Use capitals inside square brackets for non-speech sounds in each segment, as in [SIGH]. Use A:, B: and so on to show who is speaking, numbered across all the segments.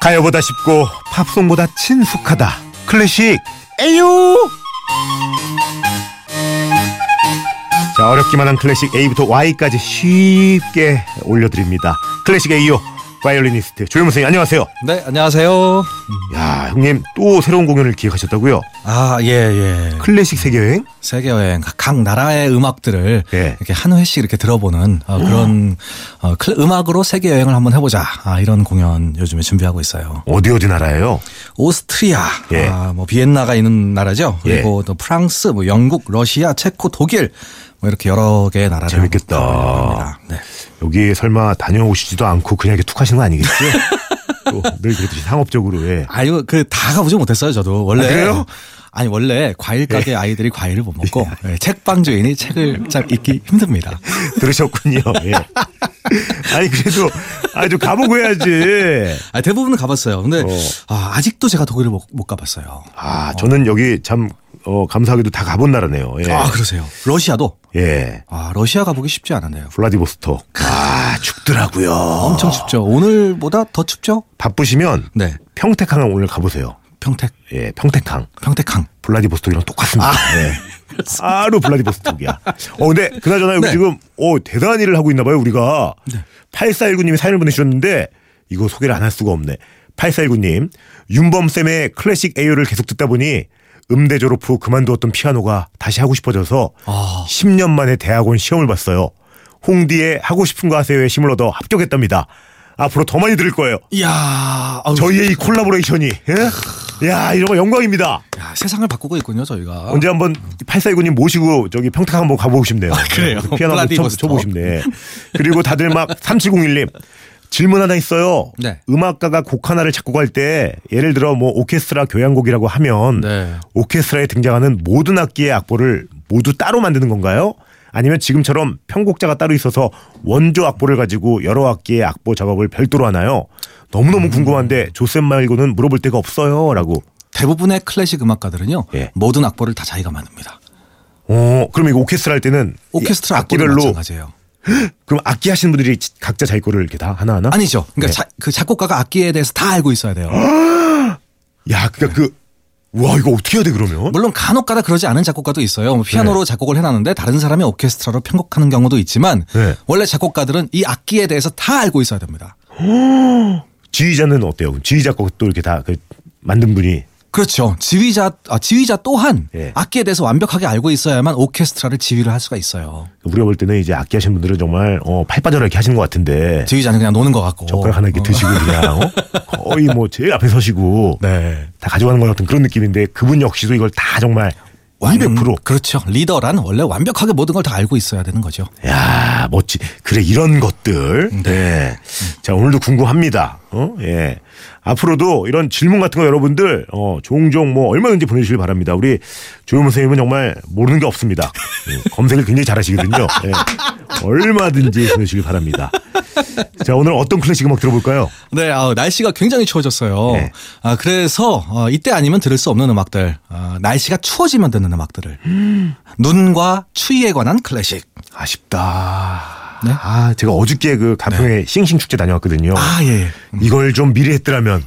A: 가요보다 쉽고 팝송보다 친숙하다 클래식 에유 자 어렵기만 한 클래식 A부터 Y까지 쉽게 올려드립니다 클래식 A요 바이올리니스트 조현무 선생님 안녕하세요
B: 네, 안녕하세요.
A: 야 형님 또 새로운 공연을 기획하셨다고요
B: 아, 예, 예.
A: 클래식 세계여행
B: 세계 여행 각 나라의 음악들을
A: 예.
B: 이렇게 한 회씩 이렇게 들어보는 어, 그런 어, 클- 음악으로 세계 여행을 한번 해보자. 아, 이런 공연 요즘에 준비하고 있어요.
A: 어디 어디 나라예요
B: 네, 오스트리아,
A: 예.
B: 아, 뭐 비엔나가 있는 나라죠. 그리고 또 프랑스, 뭐 영국, 러시아, 체코, 독일 뭐 이렇게 여러 개의 나라를
A: 재밌겠다.
B: 가보려고 합니다. 네.
A: 여기 설마 다녀오시지도 않고 그냥 이렇게 툭 하시는 거
B: [LAUGHS]
A: 아니겠죠 또 늘 그랬듯이 상업적으로 예.
B: 아유, 그 다 가보지 못했어요. 저도 원래
A: 아, 그래요?
B: 아니, 원래 과일 가게 아이들이 과일을 못 먹고 예, 음. 책방 주인이 책을 잘 읽기 힘듭니다.
A: [LAUGHS] 들으셨군요. 예. 아니 그래도 아주 가보고 해야지.
B: 아, 대부분은 가봤어요. 근데
A: 어.
B: 아, 직도 제가 독일을 못, 못 가봤어요.
A: 아 저는 여기 참 어, 감사하게도 다 가본 나라네요. 예.
B: 아 그러세요? 러시아도
A: 예.
B: 아 러시아 가보기 쉽지 않았네요.
A: 블라디보스톡. 아 춥더라고요.
B: 엄청 춥죠. 오늘보다 더 춥죠?
A: 바쁘시면
B: 네.
A: 평택항을 오늘 가보세요.
B: 평택
A: 예, 평택항.
B: 평택항.
A: 블라디보스톡이랑 똑같습니다.
B: 아,
A: 예.
B: [LAUGHS]
A: 바로 블라디보스톡이야. 어 근데 그나저나 여기
B: 네.
A: 지금 어 대단한 일을 하고 있나 봐요 우리가. 8419님이 사연을 보내주셨는데 이거 소개를 안 할 수가 없네. 8419님 윤범쌤의 클래식 에이오를 계속 듣다 보니 음대 졸업 후 그만두었던 피아노가 다시 하고 싶어져서
B: 아.
A: 10년 만에 대학원 시험을 봤어요. 홍디의 하고 싶은 거 하세요에 힘을 얻어 합격했답니다. 앞으로 더 많이 들을 거예요.
B: 이야, 아우,
A: 저희의 이 콜라보레이션이 예? 야 이런 거 영광입니다.
B: 야, 세상을 바꾸고 있군요 저희가.
A: 언제 한번 8429님 모시고 저기 평택 한번 가보고 싶네요.
B: 그래요?
A: 피아노 한번 쳐-
B: 블라디보스톡.
A: 쳐보고 싶네. 그리고 다들
B: [LAUGHS]
A: 막 3701님. 질문 하나 있어요.
B: 네.
A: 음악가가 곡 하나를 작곡할때 예를 들어 뭐 오케스트라 교향곡이라고 하면
B: 네.
A: 오케스트라에 등장하는 모든 악기의 악보를 모두 따로 만드는 건가요? 아니면 지금처럼 편곡자가 따로 있어서 원조 악보를 가지고 여러 악기의 악보 작업을 별도로 하나요?
B: 음.
A: 너무너무 궁금한데 조쌤 말고는 물어볼 데가 없어요라고.
B: 대부분의 클래식 음악가들은요
A: 예.
B: 모든 악보를 다 자기가 만듭니다.
A: 어, 그럼 이거 오케스트라 할 때는 이
B: 오케스트라 예, 악기별로
A: 악기별로
B: 마찬가지예요.
A: 그럼 악기 하시는 분들이 지- 각자 자기 거를 이렇게 다 하나 하나?
B: 아니죠. 그러니까
A: 네.
B: 자- 그 작곡가가 악기에 대해서 다 알고 있어야 돼요.
A: 야, 그러니까 그 와 이거 어떻게 해야 돼 그러면?
B: 물론 간혹가다 그러지 않은 작곡가도 있어요. 뭐 피아노로
A: 네.
B: 작곡을 해놨는데 다른 사람이 오케스트라로 편곡하는 경우도 있지만
A: 네.
B: 원래 작곡가들은 이 악기에 대해서 다 알고 있어야 됩니다.
A: 지휘자는 어때요? 그럼 지휘자 것도 이렇게 다 그 만든 분이
B: 그렇죠. 지휘자 아, 지휘자 또한
A: 예.
B: 악기에 대해서 완벽하게 알고 있어야만 오케스트라를 지휘를 할 수가 있어요.
A: 우리가 볼 때는 이제 악기 하시는 분들은 정말 어, 팔 빠져라 이렇게 하시는 것 같은데
B: 지휘자는 그냥 노는 것 같고.
A: 젓가락 하나 이렇게 드시고 그냥 어? 거의 뭐 제일 앞에 서시고
B: 네.
A: 다 가져가는 것 같은 그런 느낌인데 그분 역시도 이걸 다 정말 200%.
B: 그렇죠. 리더란 원래 완벽하게 모든 걸 다 알고 있어야 되는 거죠.
A: 야 멋지. 그래 이런 것들. 네. 자 오늘도 궁금합니다. 어? 예. 앞으로도 이런 질문 같은 거 여러분들 어, 종종 뭐 얼마든지 보내주시길 바랍니다. 우리 조용호 선생님은 정말 모르는 게 없습니다. 예, 검색을 굉장히 잘하시거든요. 예. 얼마든지 보내주시길 바랍니다. 자 오늘 어떤 클래식 음악 들어볼까요?
B: 네, 아, 날씨가 굉장히 추워졌어요.
A: 네.
B: 아, 그래서 어, 이때 아니면 들을 수 없는 음악들, 아, 날씨가 추워지면 듣는 음악들을 눈과 추위에 관한 클래식.
A: 아쉽다.
B: 네?
A: 아 제가 어저께 그 가평에 싱싱 축제 다녀왔거든요.
B: 아, 예. 예.
A: 이걸 좀 미리 했더라면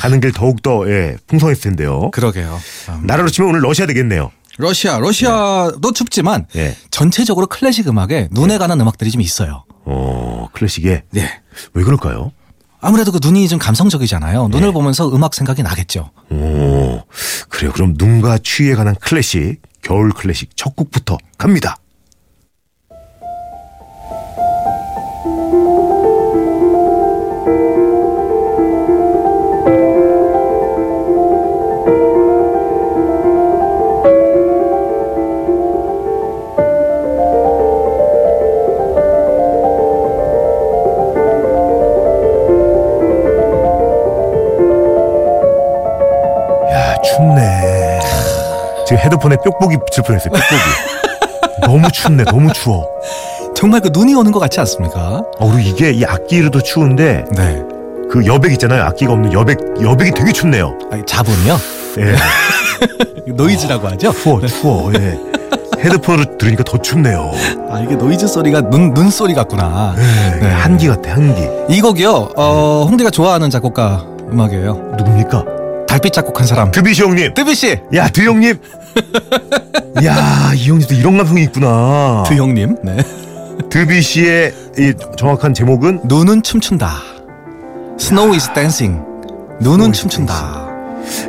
A: 가는 길 더욱 더 예, 풍성했을 텐데요.
B: 그러게요. 음,
A: 나라로 치면 오늘 러시아 되겠네요.
B: 러시아, 러시아도 춥지만
A: 예.
B: 전체적으로 클래식 음악에 눈에 관한 음악들이 좀 있어요.
A: 어, 클래식에.
B: 네.
A: 왜 그럴까요?
B: 아무래도 그 눈이 좀 감성적이잖아요. 눈을 보면서 음악 생각이 나겠죠.
A: 오, 어, 그래요. 그럼 눈과 추위에 관한 클래식, 겨울 클래식 첫 곡부터 갑니다. 야, 춥네. 지금 헤드폰에 뾱보기 붙일 뻔했어요, 뾱보기.
B: [LAUGHS]
A: 너무 춥네, 너무 추워.
B: 정말 그 눈이 오는 것 같지 않습니까?
A: 어, 그리고 이게 이 악기로도 추운데
B: 네.
A: 그 여백 있잖아요. 악기가 없는 여백, 여백이 되게 춥네요.
B: 아니, 잡음이요.
A: 예.
B: 노이즈라고 하죠.
A: 추워, 추워, 예. 헤드폰으로 들으니까 더 춥네요.
B: 아, 이게 노이즈 소리가 눈, 눈 소리 같구나.
A: 예,
B: 네.
A: 한기 같아, 한기.
B: 이 곡이요. 어, 홍대가 좋아하는 작곡가 음악이에요.
A: 누굽니까?
B: 달빛 작곡한 사람.
A: 드비시 형님.
B: 드비 씨.
A: 야, 드
B: [LAUGHS]
A: 형님. 야, 이 형님도 이런 감성이 있구나.
B: 드 형님. 네.
A: 드비 씨의 이 정확한 제목은
B: 눈은 춤춘다. Snow is dancing.
A: Snow
B: 눈은
A: is
B: 춤춘다.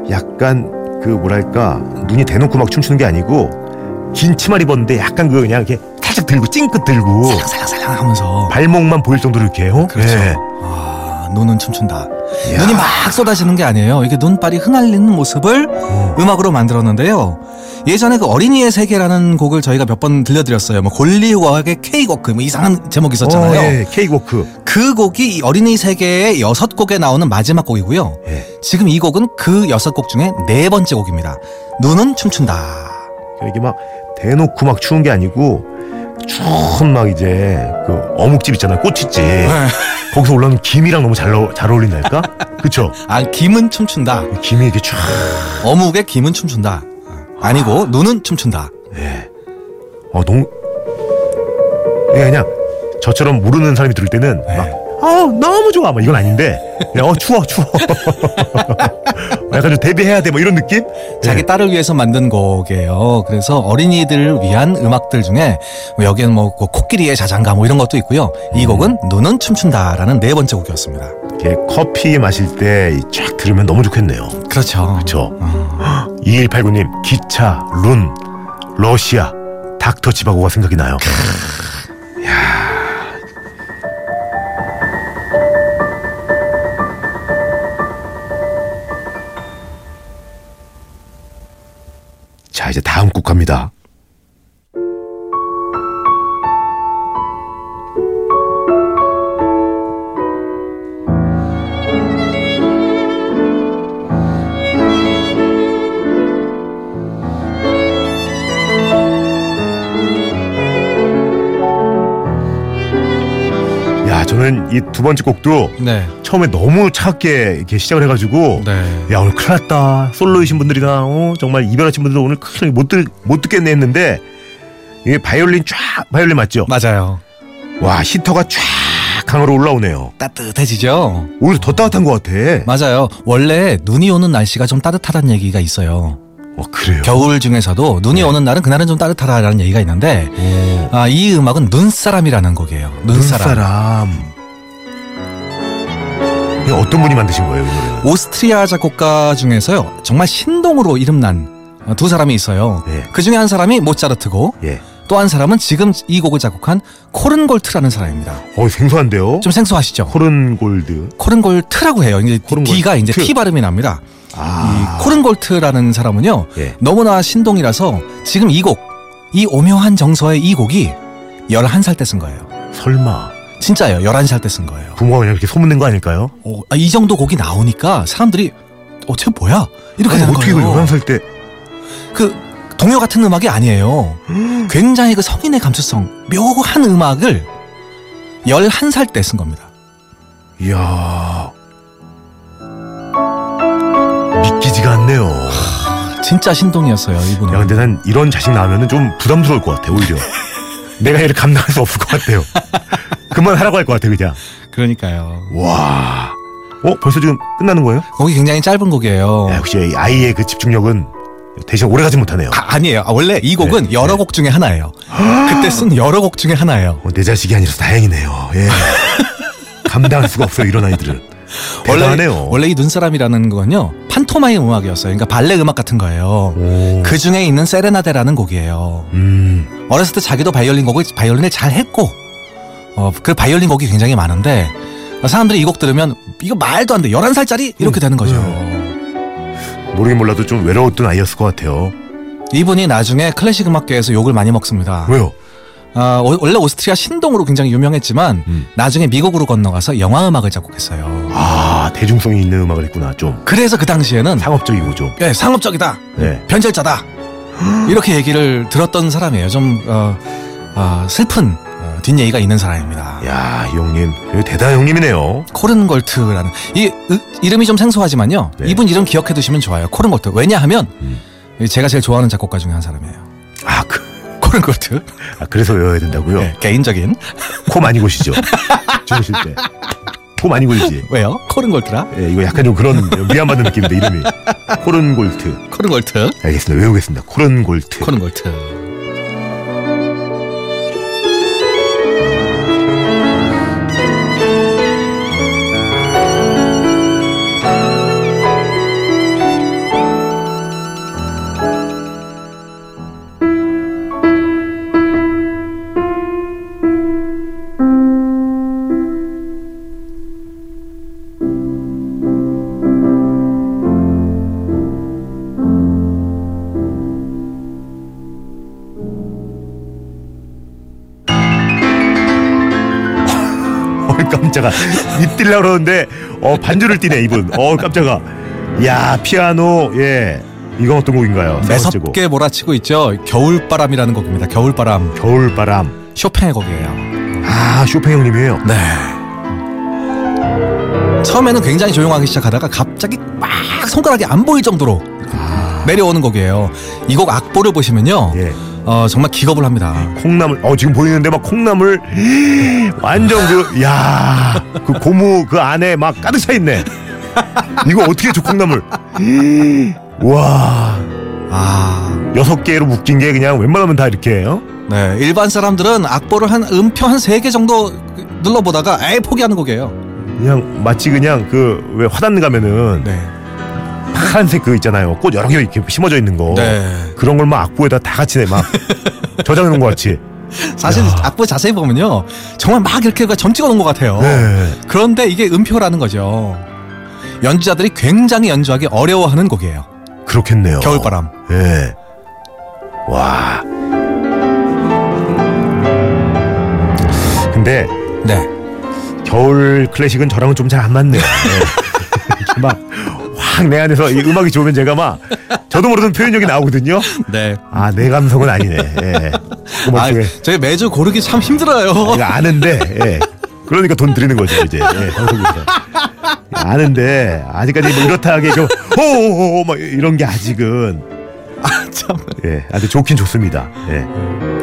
A: 약간 그 뭐랄까 눈이 대놓고 막 춤추는 게 아니고 긴 치마 입었는데 약간 그 그냥 이렇게 살짝 들고 찡긋 들고
B: 살랑살랑살랑 하면서.
A: 발목만 보일 정도로 이렇게 어?
B: 그렇죠.
A: 예.
B: 아, 눈은 춤춘다.
A: 이야.
B: 눈이 막 쏟아지는 게 아니에요. 이게 눈발이 흩날리는 모습을 음악으로 만들었는데요. 예전에 그 어린이의 세계라는 곡을 저희가 몇 번 들려드렸어요. 뭐 골리와의 케이워크 뭐 이상한 제목이 있었잖아요.
A: 어, 예, 케이크워크.
B: 그 곡이 이 어린이 세계의 여섯 곡에 나오는 마지막 곡이고요.
A: 예.
B: 지금 이 곡은 그 여섯 곡 중에 네 번째 곡입니다. 눈은 춤춘다.
A: 이게 막 대놓고 막 추운 게 아니고 쭉막 이제 그 어묵집 있잖아요. 꼬치집.
B: 네.
A: 거기서 올라오는 김이랑 너무 잘, 어- 잘
B: [LAUGHS]
A: 어울린다니까? 그쵸?
B: 아, 김은 춤춘다.
A: 김이 이렇게 쫙.
B: 어묵에 김은 춤춘다. 아니고 눈은 춤춘다.
A: 어, 너무. 그게 그냥 저처럼 모르는 사람이 들을 때는
B: 네.
A: 막, 어, 너무 좋아. 막 이건 아닌데. 그냥, 어, 추워, [LAUGHS] 추워. 약간 좀 데뷔해야 돼. 뭐 이런 느낌?
B: 자기 딸을 위해서 만든 곡이에요. 그래서 어린이들을 위한 음악들 중에 뭐 여기엔 뭐그 코끼리의 자장가 뭐 이런 것도 있고요. 이 곡은 눈은 춤춘다라는 네 번째 곡이었습니다.
A: 이렇게 커피 마실 때 쫙 들으면 너무 좋겠네요.
B: 그렇죠.
A: 저 2189님 기차 룬 러시아 닥터 지바고가 생각이 나요. 야. 자 이제 다음 곡 갑니다. 야 저는 이 두 번째 곡도
B: 네.
A: 처음에 너무 차갑게 이렇게 시작을 해가지고
B: 네.
A: 야 오늘 큰일 났다 솔로이신 분들이나 어, 정말 이별하신 분들 오늘 큰일 못, 들, 못 듣겠네 했는데 이게 바이올린 쫙 바이올린 맞죠?
B: 맞아요.
A: 와 히터가 쫙 강으로 올라오네요
B: 따뜻해지죠?
A: 오히려 더 따뜻한 것 같아
B: 맞아요. 원래 눈이 오는 날씨가 좀 따뜻하다는 얘기가 있어요.
A: 어 그래요
B: 겨울 중에서도
A: 네.
B: 눈이 오는 날은 그날은 좀 따뜻하다라는 얘기가 있는데
A: 오,
B: 아, 이 음악은 눈사람이라는 곡이에요. 눈사람.
A: 눈사람 이게 어떤 분이 만드신 거예요 이 노래는?
B: 오스트리아 작곡가 중에서요. 정말 신동으로 이름난 어, 두 사람이 있어요.
A: 예.
B: 그 중에 한 사람이 모차르트고
A: 예.
B: 또 한 사람은 지금 이 곡을 작곡한 코른골트라는 사람입니다.
A: 어 생소한데요
B: 좀 생소하시죠?
A: 코른골드
B: 코른골트라고 해요. 이제
A: 코른골트. 아.
B: D가 이제 T 발음이 납니다. 이 코른골트라는 사람은요.
A: 예.
B: 너무나 신동이라서 지금 이 곡, 이 오묘한 정서의 이 곡이 11살 때 쓴 거예요.
A: 설마
B: 진짜예요. 11살 때 쓴 거예요.
A: 부모가 그냥 이렇게 소문낸 거 아닐까요?
B: 어, 아, 이 정도 곡이 나오니까 사람들이 어, 쟤 뭐야? 이렇게
A: 아니,
B: 되는
A: 어떻게 이걸
B: 거예요.
A: 11살 때
B: 그 동요 같은 음악이 아니에요. 굉장히 그 성인의 감수성, 묘한 음악을 11살 때 쓴 겁니다.
A: 이야 믿기지가 않네요. 야
B: 진짜 신동이었어요, 이분은.
A: 근데 난 이런 자식 나오면은 좀 부담스러울 것 같아
B: [LAUGHS]
A: 오히려. 내가 얘를 감당할 수 없을 것 같아요. 그만하라고 할 것 같아 그냥.
B: 그러니까요.
A: 와. 어 벌써 지금 끝나는 거예요?
B: 곡이 굉장히 짧은 곡이에요.
A: 야, 역시 이 아이의 그 집중력은 대신 오래가지 못하네요.
B: 아, 아니에요. 아, 원래 이 곡은 여러 곡 중에 하나예요. 그때 쓴 여러 곡 중에 하나예요.
A: 어, 내 자식이 아니라서 다행이네요. 예. 감당할 수가 없어요 이런 아이들은. 대단하네요.
B: 원래, 원래 이 눈사람이라는 건요. 판토마임 음악이었어요. 그러니까 발레 음악 같은 거예요.
A: 오.
B: 그 중에 있는 세레나데라는 곡이에요.
A: 음.
B: 어렸을 때 자기도 바이올린 곡을 바이올린을 잘 했고 어, 그 바이올린 곡이 굉장히 많은데 사람들이 이 곡 들으면 이거 말도 안 돼. 11살짜리
A: 음.
B: 이렇게 되는 거죠.
A: 모르긴 몰라도 좀 외로웠던 아이였을 것 같아요.
B: 이분이 나중에 클래식 음악계에서 욕을 많이 먹습니다.
A: 왜요?
B: 아, 어, 원래 오스트리아 신동으로 굉장히 유명했지만
A: 음.
B: 나중에 미국으로 건너가서 영화 음악을 작곡했어요.
A: 아 대중성이 있는 음악을 했구나 좀
B: 그래서 그 당시에는
A: 상업적이고 좀.
B: 예, 상업적이다.
A: 네.
B: 변절자다.
A: [GASPS]
B: 이렇게 얘기를 들었던 사람이에요. 좀 어, 어, 슬픈 어, 뒷얘기가 있는 사람입니다.
A: 야, 이 형님. 이거 대단한 형님이네요.
B: 코른골트라는 이 으- 이름이 좀 생소하지만요.
A: 네.
B: 이분 이름 기억해 두시면 좋아요. 코른골트. 왜냐하면
A: 음.
B: 제가 제일 좋아하는 작곡가 중에 한 사람이에요.
A: 아, 그,
B: 코른골트.
A: 아, 그래서 외워야 된다고요?
B: [LAUGHS] 네, 개인적인.
A: 코 많이 고시죠? 주무실 때. 코 많이 굴지.
B: 왜요? 코른골트라?
A: 예, 이거 약간 좀 그런 미안받는 느낌인데 이름이 코른골트.
B: 코른골트.
A: 알겠습니다. 외우겠습니다. 코른골트. [LAUGHS]
B: 코른골트.
A: 어, 깜짝아. 입 뛸라 그러는데 어 반주를 뛰네 이분. 어 깜짝아. 야 피아노 예 이건 어떤 곡인가요? 세번째고.
B: 매섭게 몰아치고 있죠. 겨울바람이라는 곡입니다. 겨울바람.
A: 겨울바람.
B: 쇼팽의 곡이에요.
A: 아 쇼팽 형님이에요.
B: 네. 처음에는 굉장히 조용하게 시작하다가 갑자기 막 손가락이 안 보일 정도로 내려오는 곡이에요. 이 곡 악보를 보시면요.
A: 아. 예.
B: 어, 정말 기겁을 합니다.
A: 콩나물 어 지금 보이는데 막 콩나물 [GASPS] 완전 그 야 그 고무 그 안에 막 가득 차 있네 이거 어떻게 저 콩나물 [GASPS] 와
B: 아.
A: 여섯 개로 묶인 게 그냥 웬만하면 다 이렇게 어? 해요
B: 네. 일반 사람들은 악보를 한 음표 한 세 개 정도 눌러보다가 에이 포기하는 곡이에요.
A: 그냥 마치 그냥 그 왜 화단 가면은
B: 네.
A: 파란색 그 있잖아요 꽃 여러 개 이렇게 심어져 있는 거
B: 네.
A: 그런 걸 막 악보에다 다 같이 내 막 저장해 놓은 것 같이
B: 사실 악보 자세히 보면요. 정말 막 이렇게 그 점 찍어 놓은 것 같아요.
A: 네.
B: 그런데 이게 음표라는 거죠. 연주자들이 굉장히 연주하기 어려워하는 곡이에요.
A: 그렇겠네요
B: 겨울바람.
A: 예. 와. 근데
B: 네.
A: 겨울 클래식은 저랑은 좀 잘 안 맞네요. 예. [LAUGHS] 이렇게 막확 내 안에서 이 음악이 좋으면 제가 막 저도 모르는 표현력이 나오거든요.
B: 네.
A: 아 내 감성은 아니네. 예. 음악
B: 아,
A: 중에
B: 저희 매주 고르기 참 힘들어요.
A: 내가 아는데. 예. 그러니까 돈 드리는 거죠 이제 예, 방송국에서 아는데 아직까지 뭐 이렇다 하게 좀 호호호 막 이런 게 아직은
B: 아, [LAUGHS] 참.
A: 예 아주 좋긴 좋습니다 예.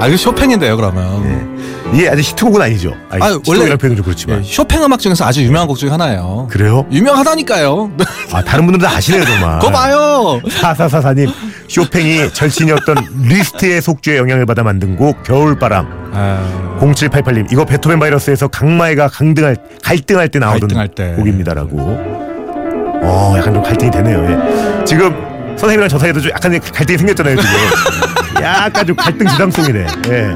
B: 아, 이거 쇼팽인데요, 그러면.
A: 예. 이게 아직 히트곡은 아니죠. 아니,
B: 아, 원래-
A: 히트곡이라는 표현은 좀 그렇지만.
B: 예, 쇼팽 음악 중에서 아주 유명한 곡 중에 하나예요.
A: 그래요?
B: 유명하다니까요. [LAUGHS]
A: 아, 다른 분들은 다 아시네요, 정말.
B: 그거 봐요.
A: 사사사사님, 쇼팽이 절친이었던 리스트의 속주에 영향을 받아 만든 곡 겨울바람.
B: 아,
A: 0788님, 이거 베토벤 바이러스에서 강마애가 강등할 갈등할 때 나오던
B: 갈등할 때.
A: 곡입니다라고. 어, 약간 좀 갈등이 되네요. 예. 지금 선생님이랑 저 사이도 좀 약간 갈등이 생겼잖아요,
B: [LAUGHS]
A: 지금. 약간 좀 갈등 지상송이네. 예.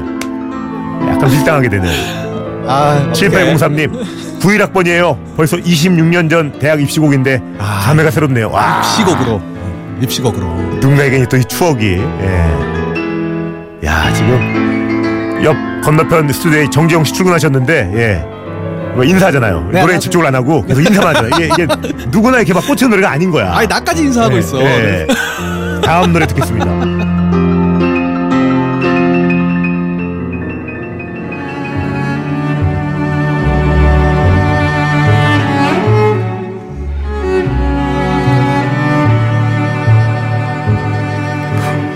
A: 약간 밀당하게 되네요.
B: 아, 네.
A: 7803님 91학번이에요 벌써 26년 전 대학 입시곡인데
B: 아.
A: 감회가 새롭네요 와
B: 입시곡으로. 아. 입시곡으로.
A: 누군가에게는 또이 추억이 예. 야 지금 옆 건너편 스튜디오에 정지영 씨 출근하셨는데 예. 뭐 인사하잖아요
B: 네,
A: 노래 에
B: 나-
A: 집중을 안 하고 계속 인사만 하잖아요 이게, 이게 누구나 이렇게 막 꽂히는 노래가 아닌 거야
B: 아니, 나까지 인사하고
A: 예,
B: 있어. 네.
A: 예. 다음 노래 듣겠습니다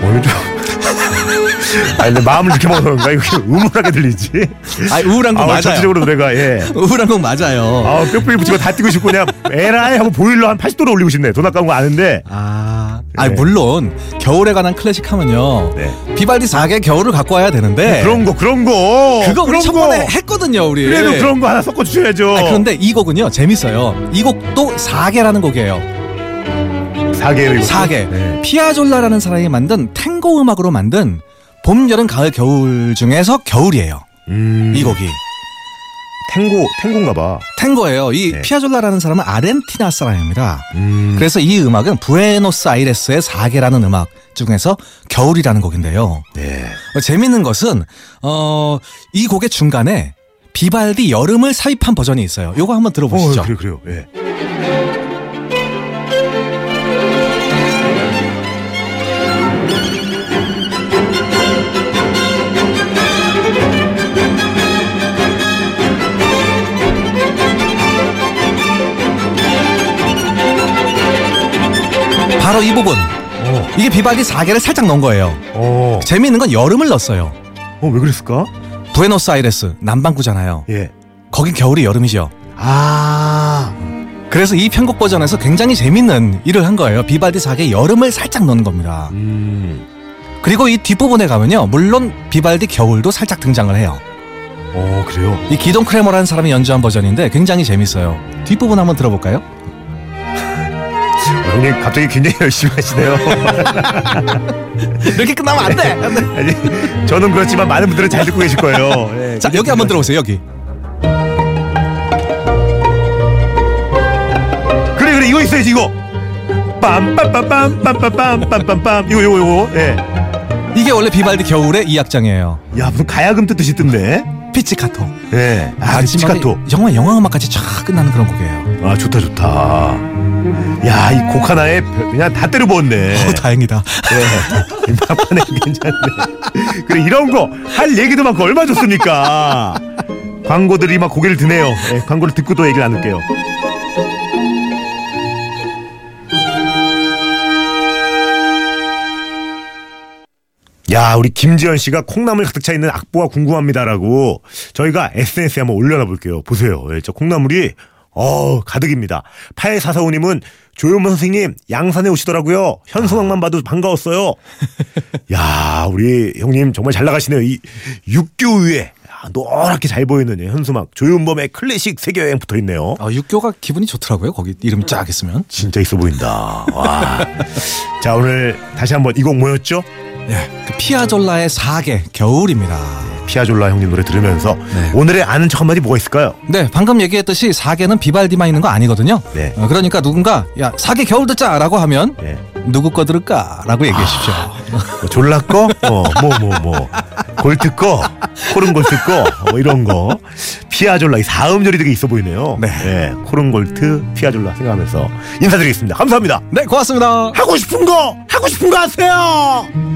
A: 오늘 좀 [LAUGHS] 아, 근데 마음을 이렇게 먹어서 그런가? 이렇게 우물하게 들리지?
B: 아, 우울한 곡
A: 아,
B: 맞아요.
A: 전체적으로 노래가, 예.
B: 우울한 곡 맞아요.
A: 아, 뼈뿌리 붙이고 다 뛰고 싶고, 그냥, 에라이 하고 보일러 한 80도로 올리고 싶네. 돈 아까운 거 아는데.
B: 아, 아,
A: 네.
B: 물론 겨울에 관한 클래식 하면요.
A: 네.
B: 비발디 4개 겨울을 갖고 와야 되는데.
A: 그런 거, 그런 거.
B: 그거 우리
A: 그런
B: 첫번에
A: 거.
B: 했거든요, 우리.
A: 그래도 그런 거 하나 섞어 주셔야죠.
B: 아, 그런데 이 곡은요 재밌어요. 이 곡도 4개라는 곡이에요.
A: 사계예요. 이거.
B: 4개.
A: 네.
B: 피아졸라라는 사람이 만든 탱고 음악으로 만든 봄, 여름, 가을, 겨울 중에서 겨울이에요.
A: 음,
B: 이 곡이
A: 탱고 탱고인가 봐.
B: 탱고예요. 이
A: 네.
B: 피아졸라라는 사람은 아르헨티나 사람입니다.
A: 음.
B: 그래서 이 음악은 부에노스아이레스의 4개라는 음악 중에서 겨울이라는 곡인데요.
A: 네.
B: 어, 재밌는 것은 어, 이 곡의 중간에 비발디 여름을 삽입한 버전이 있어요. 요거 한번 들어보시죠.
A: 어, 그래 그래요. 예.
B: 바로 이 부분.
A: 어.
B: 이게 비발디 4개를 살짝 넣은 거예요.
A: 어.
B: 재미있는 건 여름을 넣었어요.
A: 어, 왜 그랬을까?
B: 부에노스아이레스 남반구잖아요.
A: 예.
B: 거긴 겨울이 여름이죠.
A: 아.
B: 그래서 이 편곡 버전에서 굉장히 재밌는 일을 한 거예요. 비발디 사기에 여름을 살짝 넣은 겁니다.
A: 음.
B: 그리고 이 뒷부분에 가면요. 물론 비발디 겨울도 살짝 등장을 해요.
A: 어, 그래요.
B: 이 기동 크레머라는 사람이 연주한 버전인데 굉장히 재밌어요. 뒷부분 한번 들어볼까요?
A: 형님 갑자기 굉장히 열심히 하시네요.
B: [LAUGHS] 이렇게 끝나면 안 돼.
A: 아니, 저는 그렇지만 많은 분들은 잘 듣고 계실 거예요. 예.
B: 자, 여기 한번 들어보세요. 여기.
A: 그래 그래 이거 있어야지 이거. 빰빰빰빰 빰빰빰 빰빰빰 이거 이거 이거. 예.
B: 이게 원래 비발디 겨울의 이 악장이에요.
A: 야 무슨 가야금 뜻듯이 뜬데.
B: 피치카토.
A: 예. 아
B: 마지막에
A: 치카토.
B: 영화 영화 음악까지 쫙 끝나는 그런 곡이에요.
A: 아 좋다 좋다. 야 이 곡 하나에 별- 그냥 다 때려 부었네.
B: 어, 다행이다.
A: 예. 막판에 [LAUGHS] 괜찮네. 그래 이런 거 할 얘기도 많고 얼마 [LAUGHS] 좋습니까? 광고들이 막 고개를 드네요. 예, 광고를 듣고 또 얘기 를 나눌게요. 야, 우리 김지현 씨가 콩나물 가득 차 있는 악보가 궁금합니다라고 저희가 SNS에 한번 올려놔 볼게요. 보세요. 예, 저 콩나물이 어 가득입니다. 8445님은 조용만 선생님 양산에 오시더라고요. 현수막만 봐도 반가웠어요. 야, 우리 형님 정말 잘 나가시네요. 이 육교 위에 아, 노랗게 잘 보이는 예, 현수막 조윤범의 클래식 세계 여행 붙어 있네요.
B: 어, 육교가 기분이 좋더라고요. 거기 이름 쫙 있으면.
A: 진짜 있어 보인다. 와. 자, 오늘 다시 한번 이 곡 뭐였죠?
B: 예. 그 피아졸라의 사계 겨울입니다.
A: 피아졸라 형님 노래 들으면서
B: 네.
A: 오늘의 아는 척 한마디 뭐가 있을까요?
B: 네, 방금 얘기했듯이 사계는 비발디만 있는 거 아니거든요.
A: 네.
B: 어, 그러니까 누군가 야 사계 겨울 듣자라고 하면
A: 네.
B: 누구 거 들을까라고 얘기해 주십시오.
A: 뭐 졸라 거? 어, 뭐, 뭐, 뭐. 골트 거? 코른 골트 거? 어, 이런 거. 피아졸라, 이 사음절이 되게 있어 보이네요. 예.
B: 네.
A: 코른 골트, 피아졸라 생각하면서 인사드리겠습니다. 감사합니다.
B: 네, 고맙습니다.
A: 하고 싶은 거! 하고 싶은 거 하세요!